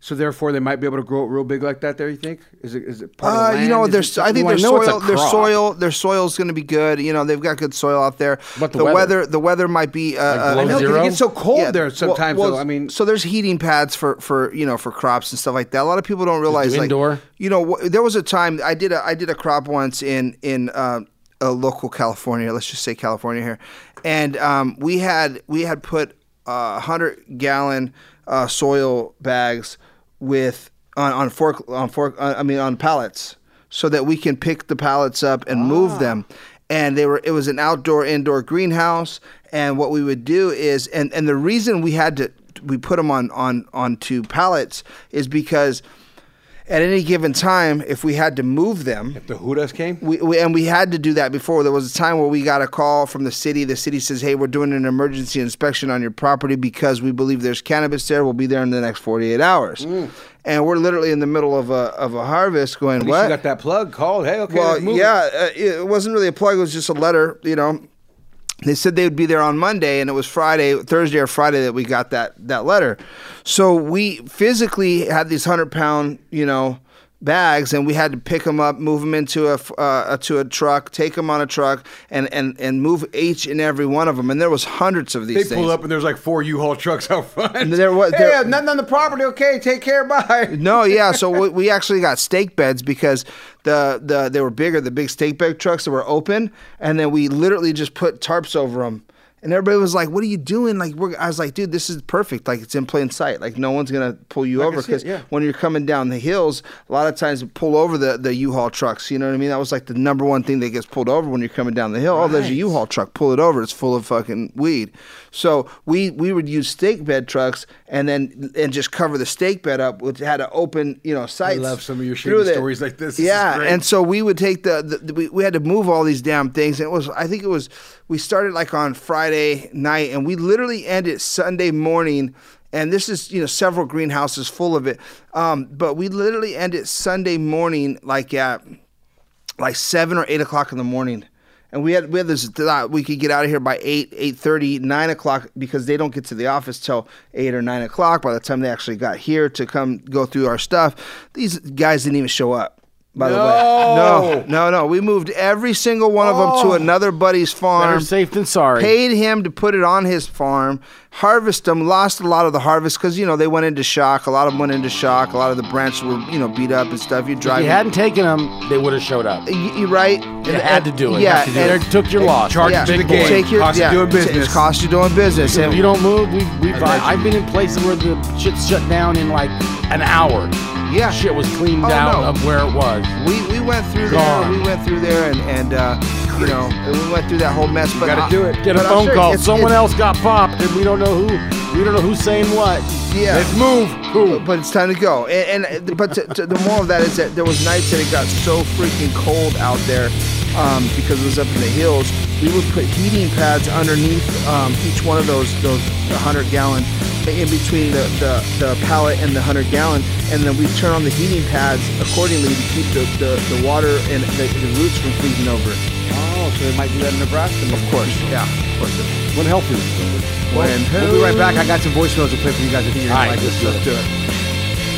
So therefore, they might be able to grow it real big like that. There, you think? Is it? Is it part of
Uh,
land?
you know,
Is it
there's. I think
Well, I
their
know it's a
soil, their
crop.
soil, their soil's going to be good. You know, they've got good soil out there.
But the weather?
the weather might be. Uh, uh,
below
I know, 'cause it
zero?
It gets so cold
Yeah,
there
well-
sometimes.
well,
though. I mean,
so there's heating pads for for you know for crops and stuff like that. A lot of people don't realize like
indoor?
You know, wh- there was a time I did a I did a crop once in in uh, a local California. Let's just say California here, and um, we had we had put uh, hundred gallon uh, soil bags with on, on fork on fork uh, I mean on pallets so that we can pick the pallets up and move them. And they were it was an outdoor indoor greenhouse. And what we would do is and, and the reason we had to we put them on on onto pallets is because at any given time, if we had to move them,
the Hudas came.
we, we and we had to do that before. There was a time where we got a call from the city. The city says, "Hey, we're doing an emergency inspection on your property because we believe there's cannabis there. We'll be there in the next 48 hours." And we're literally in the middle of a of a harvest. Going
Mm. At least
what?
You got that plug called. Hey, okay.
well,
let's move it.
yeah, uh, it wasn't really a plug. It was just a letter, you know. They said they would be there on Monday, and it was Friday, Thursday or Friday that we got that that letter. So we physically had these hundred pound, you know, bags, and we had to pick them up, move them into a f- uh, to a truck, take them on a truck, and and and move each and every one of them. And there was hundreds of these.
They
things.
pulled up and there's like four U-Haul trucks out front.
And there was-
Hey,
there-
I have nothing on the property. Okay, take care. (laughs) Bye.
No, yeah. So we, we actually got steak beds because the the they were bigger, the big steak bed trucks that were open, and then we literally just put tarps over them. And everybody was like, "What are you doing?" Like, we're, I was like, "Dude, this is perfect. Like, it's in plain sight. Like, no one's gonna pull you over
see it,
because
yeah.
when you're coming down the hills, a lot of times they pull over the the U-Haul trucks. You know what I mean? That was like the number one thing that gets pulled over when you're coming down the hill. Oh, there's a U-Haul truck. Pull it over. It's full of fucking weed. So we we would use stake bed trucks and then and just cover the stake bed up, which had an open you know sites.
love some of your shady
through there.
stories like this. This is
Yeah,
great.
and so we would take the, the, the we, we had to move all these damn things. And it was I think it was we started like on Friday night and we literally ended Sunday morning. And this is you know several greenhouses full of it, um, but we literally ended Sunday morning like at like seven or eight o'clock in the morning. And we had we had this thought we could get out of here by eight, eight thirty, nine o'clock because they don't get to the office till eight or nine o'clock. By the time they actually got here to come go through our stuff, these guys didn't even show up.
By the way, no, no, no. We moved every single one of them to another buddy's farm.
Oh! Better safe than sorry.
Paid him to put it on his farm, harvest them, lost a lot of the harvest because, you know, they went into shock. A lot of them went into shock. A lot of the branches were, you know, beat up and stuff. You
If
drive.
you hadn't taken them, they would have showed up.
you, right.
You had to do it.
Yeah.
You had to do it. Took your loss. Charged
yeah,
big boy.
Take your,
Cost you
yeah,
doing
it's-
business.
It's cost you doing business.
If
And-
you don't move, we, we buy. I've been in places where the shit's shut down in like an hour.
Yeah.
Shit was cleaned
Oh,
out
no.
of where it was.
we, we went through
Gone.
there. We went through there, and and uh, you know we went through that whole mess. But
gotta
I-
do it.
Get a
but I'm
phone
sure
call.
it's-
Someone
it's-
else got popped, and we don't know who. We don't know who's saying what.
Yeah.
Let's move. Cool.
But it's time to go. And, and but to, to, the moral of that is that there was nights that it got so freaking cold out there um, because it was up in the hills. We would put heating pads underneath um, each one of those those 100 gallon in between the, the, the pallet and the 100 gallon and then we turn on the heating pads accordingly to keep the, the, the water and the, the roots from freezing over
Oh, so they might do that in Nebraska.
of course yeah of course
What help you?
When
We'll be right back. I got some voicemails to play for you guys. I think you're
All
gonna
right,
like this.
let's do
stuff.
it.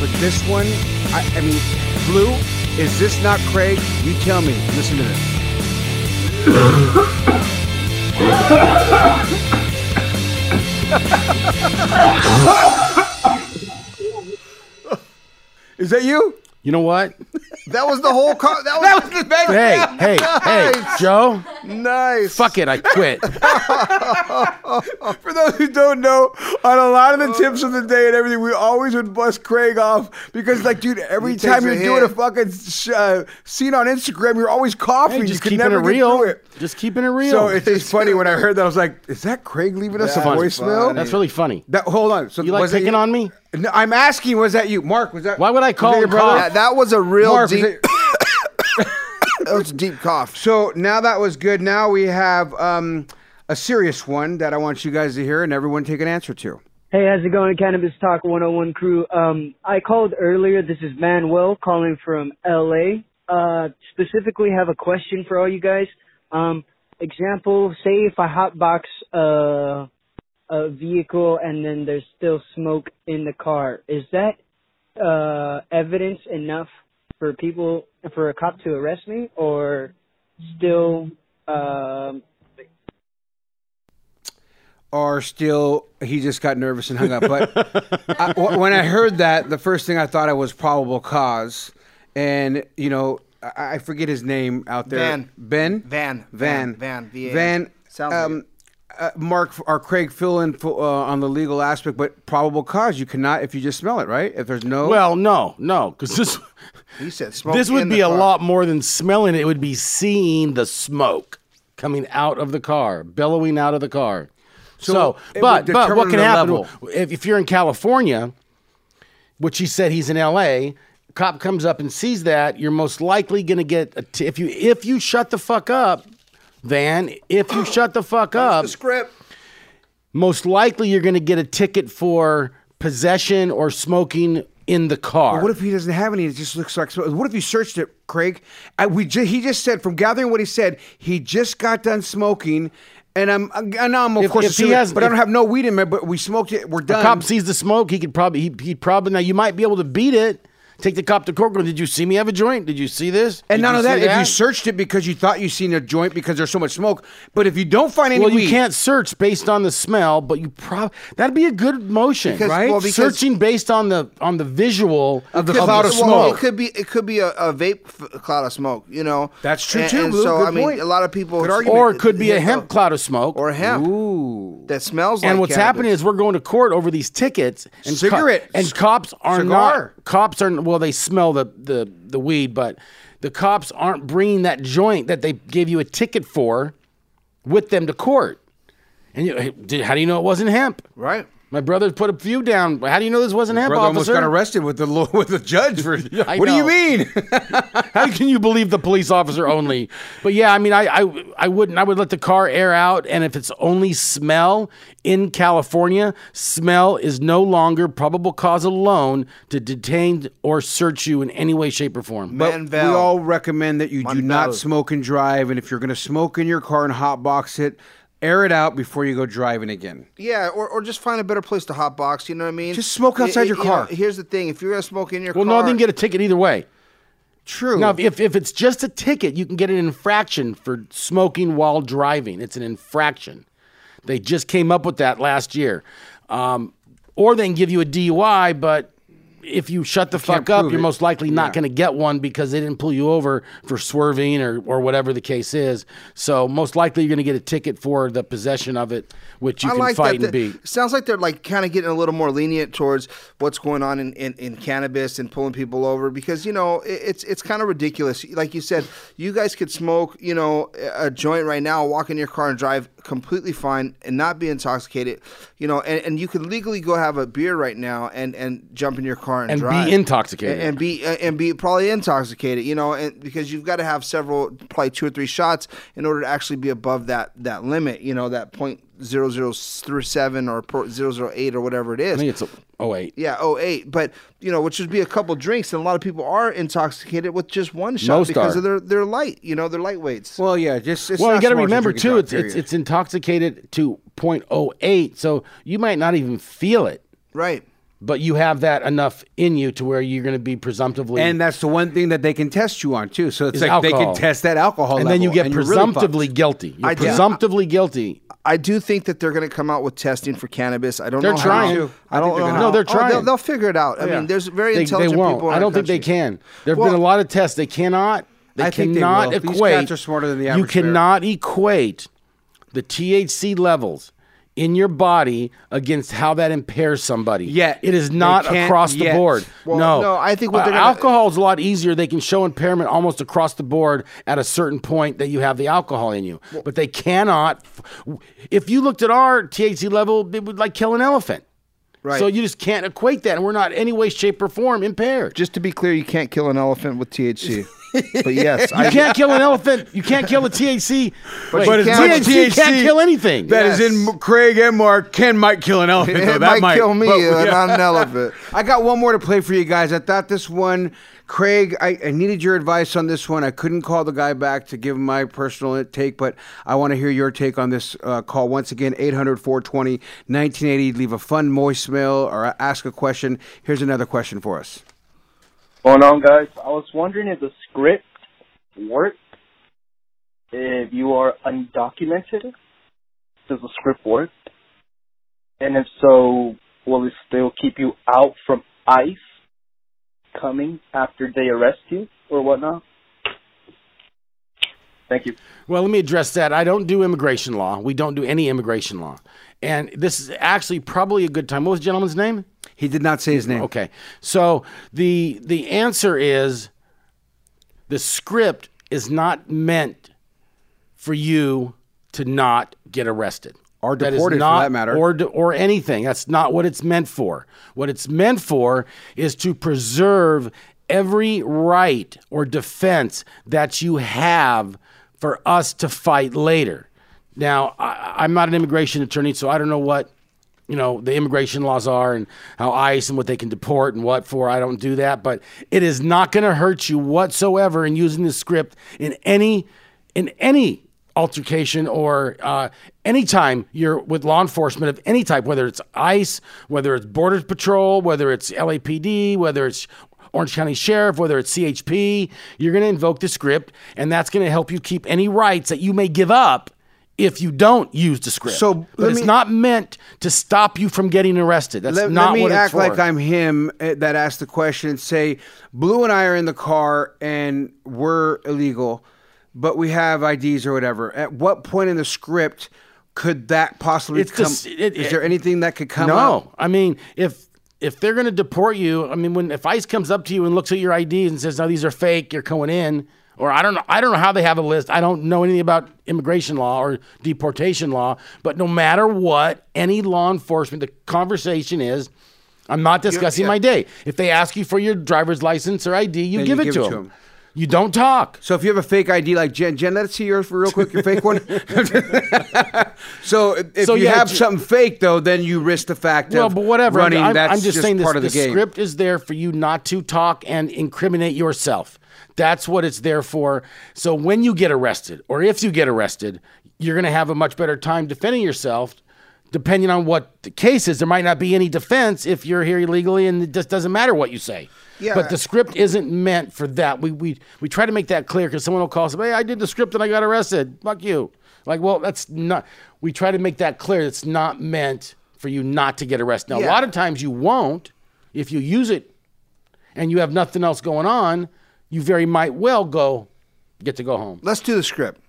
but this one, I, I mean, Blue, is this not Craig? You tell me. Listen to this. Is that you?
You know what?
That was the whole car.
(laughs)
That was, that was the best.
Hey, hey, hey, Joe.
Nice.
Fuck it,
(laughs)
I quit.
For those who don't know, on a lot of the tips of the day and everything, we always would bust Craig off because, like, dude, every
He takes
time
a
you're doing a
hit.
fucking sh- uh, scene on Instagram, you're always coughing.
Hey,
you
just
could
keeping it
never get
real.
through it.
Just keeping it real.
So it's just funny when I heard that, I was like, "Is that Craig leaving us a
That's
voicemail?"
funny.
That's really funny.
That hold on. So
You like
was that
picking
you?
on me?
No, I'm asking, was that you, Mark? Was that
Why would I
was
call
that your
and
brother?
cough?
That, that was a real
Mark, was
deep.
that-
that was a deep cough.
So now that was good. Now we have um, a serious one that I want you guys to hear and everyone take an answer to.
Hey, how's it going, Cannabis Talk 101 crew? Um, I called earlier. This is Manuel calling from LA. Uh, specifically have a question for all you guys. Um, example, say if I hotbox a, a vehicle and then there's still smoke in the car, is that, uh, evidence enough for people, for a cop to arrest me or still, um,
Or still, he just got nervous and hung up. But I, wh- when I heard that, the first thing I thought of was probable cause, and you know, I, I forget his name out there.
Van.
Ben.
Van.
Van.
Van. V A N.
Van.
Sounds
um, uh, Mark or Craig, fill in for, uh, on the legal aspect, but probable cause you cannot if you just smell it, right? If there's no
Well, no, no, because this
He said smoke.
this would
in the
be a
car.
lot more than smelling. It It would be seeing the smoke coming out of the car, billowing out of the car. So,
it
but
would
but
determine
what can
the
happen
level.
if, if you're in California, which he said he's in L.A. Cop comes up and sees that you're most likely going to get a t- if you if you shut the fuck up, Van. If you shut the fuck up,
The script.
most likely you're going to get a ticket for possession or smoking in the car.
What if he doesn't have any? It just looks like. smoke? What if you searched it, Craig? I, we ju- he just said from gathering what he said, he just got done smoking, and I'm and I'm of
If-
course
if he
assuming-
has-
but I
if-
don't have no weed in there. But we smoked it. We're
the
done.
cop sees the smoke, he could probably he he probably now you might be able to beat it. Take the cop to court. Go, did you see me have a joint? Did you see this?
and
Did
not
you
only
see
that, if you searched it because you thought you seen a joint because there's so much smoke, but if you don't find any
well,
weed,
you can't search based on the smell, but you probably that'd be a good motion,
Because-
right?
well, because-
Searching based on the on the visual of the
Because-
cloud of
well,
smoke.
It could be it could be a, a vape f- cloud of smoke. You know.
That's true
And-
too,
and
Blue.
So
Good
I mean,
point.
a lot of people,
Good argument.
or it could be a
Yeah,
hemp cloud of smoke.
or hemp that smells.
and
like
what's
cannabis.
happening is we're going to court over these tickets and co-
Cigarette.
and cops are
Cigar.
not cops are well they smell the, the the weed but the cops aren't bringing that joint that they gave you a ticket for with them to court and you, hey, did, how do you know it wasn't hemp
right.
my brother put a few down how do you know this wasn't hemp
Brother almost
officer
got arrested with the law, (laughs) with the judge for.
I
what
know.
do you mean?
How can you believe the police officer only? But yeah, I mean, I, I I wouldn't. I would let the car air out, and if it's only smell in California, smell is no longer probable cause alone to detain or search you in any way, shape, or form.
But
Manvel.
we all recommend that you do not
Manvel.
smoke and drive. And if you're going to smoke in your car and hotbox it, air it out before you go driving again.
Yeah, or, or just find a better place to hot box. You know what I mean?
Just smoke outside your
you know,
car.
here's the thing: if you're gonna smoke in your
well,
car,
no, they can get a ticket either way.
True.
Now, if, if if it's just a ticket, you can get an infraction for smoking while driving. It's an infraction. They just came up with that last year. Um, or they can give you a DUI, but if you shut the fuck up,
prove
you're
it.
most likely not going to get one because they didn't pull you over for swerving or, or whatever the case is. So most likely you're going to get a ticket for the possession of it, which you
I
can
like
fight and
that. the-
beat.
sounds like they're like kind of getting a little more lenient towards what's going on in, in, in cannabis and pulling people over because you know it, it's it's kind of ridiculous. Like you said, you guys could smoke you know a- a joint right now, walk in your car and drive completely fine and not be intoxicated. You know, and, and you could legally go have a beer right now and and jump in your car and,
And be
drive.
intoxicated.
and, and be uh, and be probably intoxicated. You know, and because you've got to have several probably two or three shots in order to actually be above that that limit. You know, that point zero zero three seven or point zero zero eight or whatever it is.
I think it's a, oh wait.
yeah, oh eight, but you know, which would be a couple drinks, and a lot of people are intoxicated with just one shot
Most
because
are.
of their their light. You know, their lightweights.
well, yeah, just it's
well, you
not
got to
smart
remember
drink and
too, it's,
drive,
it's
period.
it's intoxicated to 0.08. So you might not even feel it.
Right.
But you have that enough in you to where you're going to be presumptively.
And that's the one thing that they can test you on too. So it's
Is
like they
alcohol.
can test that alcohol,
And then you
level,
get
you're really fucked.
presumptively guilty. You're presumptively guilty.
I do think that they're going to come out with testing for cannabis. I don't
They're
know.
trying.
How.
I
I
think
don't
they're
know.
gonna-
how.
No, they're
Oh, they'll-
trying. Oh,
they'll, figure it out. I mean, there's very
They-
intelligent
they won't.
people. in
I
our
don't think they
country.
can. There have
Well-
been a lot of tests. They cannot. They
I think they
cannot
will. These
equate.
cats are smarter than the
You
average bear.
cannot equate the THC levels in your body against how that impairs somebody.
Yet.
it is
They
not
can't
across the
yet.
board.
Well,
no, Uh,
no, I think what they're gonna-
alcohol is a lot easier. They can show impairment almost across the board at a certain point that you have the alcohol in you, but they cannot. If you looked at our THC level, it would like kill an elephant.
Right.
So you just can't equate that, and we're not any way, shape, or form impaired.
Just to be clear, you can't kill an elephant with THC. but
(laughs)
yes,
You can't kill an elephant. You can't kill a THC.
But
Wait,
you
THC,
can't-
can't kill anything.
That is
Yes.
in M- Craig and Mark. Ken might kill an elephant. though.
It
That
might, kill me,
but-
uh, not an elephant.
I got one more to play for you guys. I thought this one, Craig, I, I needed your advice on this one. I couldn't call the guy back to give him my personal take, but I want to hear your take on this uh, call. Once again, 800 420 1980. Leave a fun voicemail or ask a question. Here's another question for us.
going on, guys? I was wondering if the script worked. If you are undocumented, does the script work? And if so, will it still keep you out from ICE coming after they arrest you or whatnot? Thank you.
Well, let me address that. I don't do immigration law. We don't do any immigration law. And this is actually probably a good time. What was the gentleman's name?
He did not say his name.
Okay. So the the answer is the script is not meant for you to not get arrested
Or
That is
deported, for
not-
that matter.
or or anything. That's not what it's meant for. What it's meant for is to preserve every right or defense that you have for us to fight later. Now, I, I'm not an immigration attorney, so I don't know what you know the immigration laws are and how ICE and what they can deport and what for. I don't do that, but it is not going to hurt you whatsoever in using the script in any in any altercation or uh, anytime you're with law enforcement of any type, whether it's ICE, whether it's Border Patrol, whether it's LAPD, whether it's Orange County Sheriff, whether it's CHP, you're going to invoke the script, and that's going to help you keep any rights that you may give up if you don't use the script.
So,
but
let
it's
me-
not meant to stop you from getting arrested. That's
let,
not
let me
what it's
act
for.
like I'm him eh, that asked the question and say, Blue and I are in the car and we're illegal, but we have IDs or whatever. At what point in the script could that possibly
It's
come?
just- it-
Is
it-
there anything that could come
no,
up?
I mean if if they're going to deport you, I mean when if ICE comes up to you and looks at your ID and says, "No, these are fake. You're going in," or I don't know, I don't know how they have a list. I don't know anything about immigration law or deportation law, but no matter what, any law enforcement, the conversation is. I'm not discussing
yeah.
my day. If they ask you for your driver's license or ID, you
Then
give, it, to them. You don't talk.
So if you have a fake ID like Jen, Jen, let's see yours for real quick, your fake one. (laughs) so if, if
So,
you
yeah,
have
j-
something fake though, then you risk the fact
well,
of
but whatever.
running.
I'm,
that's
I'm just, saying
part
this,
of the,
the
game.
script is there for you not to talk and incriminate yourself. That's what it's there for. So when you get arrested, or if you get arrested, you're going to have a much better time defending yourself. Depending on what the case is, there might not be any defense if you're here illegally, and it just doesn't matter what you say.
Yeah.
But the script isn't meant for that. We we we try to make that clear because someone will call us, hey, I did the script and I got arrested. Fuck you. Like, well, that's not. We try to make that clear. It's not meant for you not to get arrested. Now, a
Yeah.
lot of times you won't if you use it and you have nothing else going on. You very might well go get to go home.
Let's do the
(laughs)
script.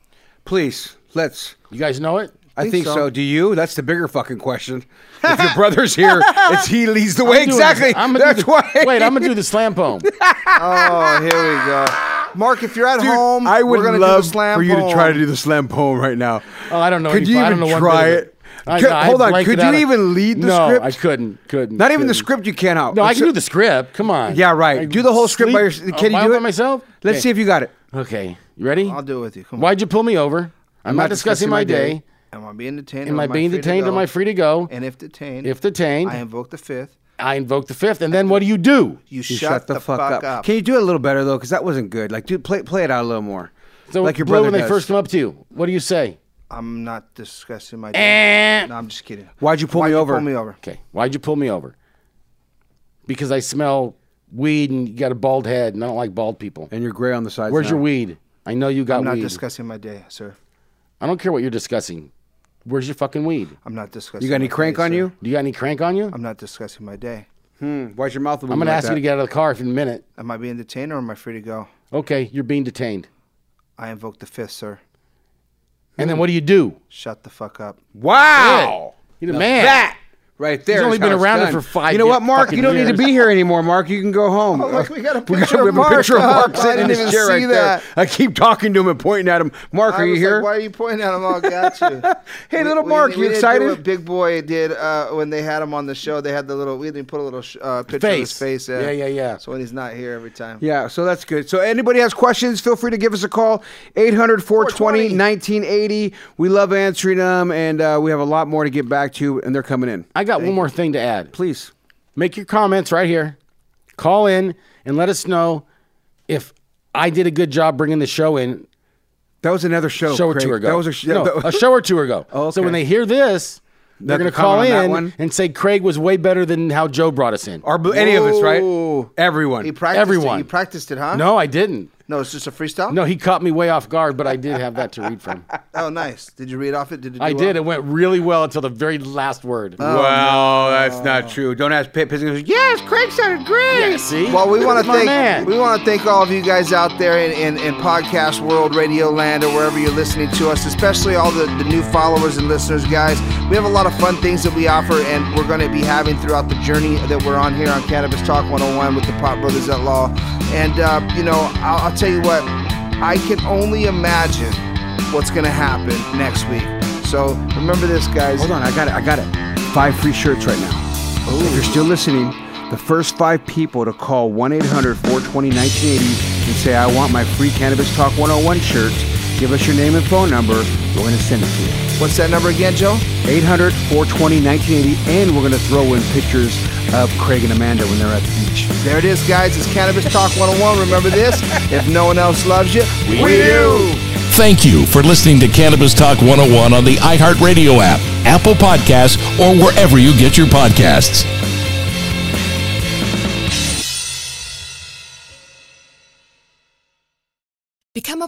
Please, let's.
You guys know it.
I
Think
think so.
so.
Do you? That's the bigger fucking question. If your brother's here, it's he leads the way.
I'm doing-
exactly.
I'm gonna do
That's
the-
why.
Wait,
(laughs)
I'm gonna do the slam poem.
Oh, here we go. Mark, if you're at
Dude,
home,
I
we're
would
gonna
love
do the slam
for you to try to
poem.
do the slam poem right now.
Oh, I don't know.
Could
any-
you
I don't
even
know one
try
bit of
it? Could-
I
hold on,
blanked
could
it
you
out.
even lead the
no,
script?
I couldn't. Couldn't.
Not even the
couldn't.
script you can't out.
No, I
Let's
can do
do-
the script. Come on.
Yeah, right.
Like,
do the whole script by
sleep-
yourself.
uh,
Can
why
you do
by
it
myself?
Let's see if you got it.
Okay, you ready?
I'll do it with you. Come on.
Why'd you pull me over? I'm, not, discussing, my day.
Am I being detained?
Am
or
I being
free to
detained?
go?
Am I free to go?
And if detained,
If detained,
I
I,
invoke the fifth.
invoke the fifth. And then what do you do?
You,
You shut, the, fuck, up. Can you do it a little better though? Because that wasn't good. Like, dude, play play it out a little more.
So
like your
Blue,
brother
when they
does.
first come up to you, what do you say?
I'm not discussing my.
Eh.
No, I'm just kidding.
Why'd you pull
Why'd
me
you
over?
pull me over?
Okay. Why'd you pull me over? Because I smell weed and you got a bald head and I don't like bald people.
And you're gray on the sides.
Where's
now.
your weed? I know you got
I'm not
weed.
discussing my day, sir.
I don't care what you're discussing. Where's your fucking weed?
I'm not discussing.
You got any
my
crank
day,
on
sir.
you? Do you got any crank on you?
I'm not discussing my day.
Hmm. Why's your mouth?
I'm gonna ask you to get out of the car in a minute.
Am I being detained or am I free to go?
Okay, you're being detained.
I invoke the fifth, sir.
And
Hmm.
then what do you do?
Shut the fuck up.
Wow.
You're
Now
the man.
That right there.
He's only
is
been
how it's
around it
done.
for five
You know what, Mark?
fucking
You don't need to
years.
be here anymore, Mark. You can go home.
Oh, look, we got a
(laughs) we
picture
we
of
have a picture of
Mark
Mark
up. I
sitting in his
didn't even
chair
see
right
that.
there. I keep talking to him and pointing at him. Mark,
I
are you
was
here?
Like, Why are you pointing at him? Oh,
(laughs)
got you.
Hey, little Mark,
didn't-
you
didn't do
excited?
What Big Boy did uh, when they had him on the show. They had the little. We didn't put a little sh- uh, picture of his
Face.
face.
Yeah, yeah, yeah.
So when he's not here every time.
Yeah, so that's good. So anybody has questions, feel free to give us a call, 800-420-1980. We love answering them, and uh, we have a lot more to get back to, and they're coming in.
I got one more thing to add.
Please.
Make your comments right here. Call in and let us know if I did a good job bringing the show in
That was another show,
show or
Craig.
two ago.
Oh, That was a, sh- (laughs)
No,
that-
a show or two ago.
(laughs) Oh,
So
okay.
when they hear this, they're
They have
going to
to comment
call
on that
in
one?
and say Craig was way better than how Joe brought us in.
Our, any of us, right?
Whoa.
Everyone.
He practiced
Everyone.
It. You practiced it, huh?
No, I didn't.
No, it's just a freestyle.
No, he caught me way off guard, but I did have that to
(laughs)
read from.
Oh, nice. Did you read off it? Did it do
I
well?
did. It went really well until the very last word.
Oh. Well, that's not true. Don't ask Pip. His- Yes, Craig sounded great.
Yeah, see?
Well, we want to
My
thank
man.
we want to thank all of you guys out there in, in, in podcast world, radio land, or wherever you're listening to us. Especially all the, the new followers and listeners, guys. We have a lot of fun things that we offer, and we're going to be having throughout the journey that we're on here on Cannabis Talk 101 with the Pop Brothers at Law. And uh, you know, I'll, I'll tell you what, I can only imagine what's going to happen next week. So remember this, guys.
Hold on, I got it. I got it. Five free shirts right now. If you're still listening, the first five people to call 1 800 420 1980 and say, I want my free Cannabis Talk 101 shirt, give us your name and phone number. We're going to send it to you.
What's that number again, Joe?
800 420 1980, and we're going to throw in pictures of Craig and Amanda when they're at the beach.
There it is, guys. It's Cannabis Talk 101. Remember this if no one else loves you, we, do.
Thank you for listening to Cannabis Talk 101 on the iHeartRadio app, Apple Podcasts, or wherever you get your podcasts.
Become a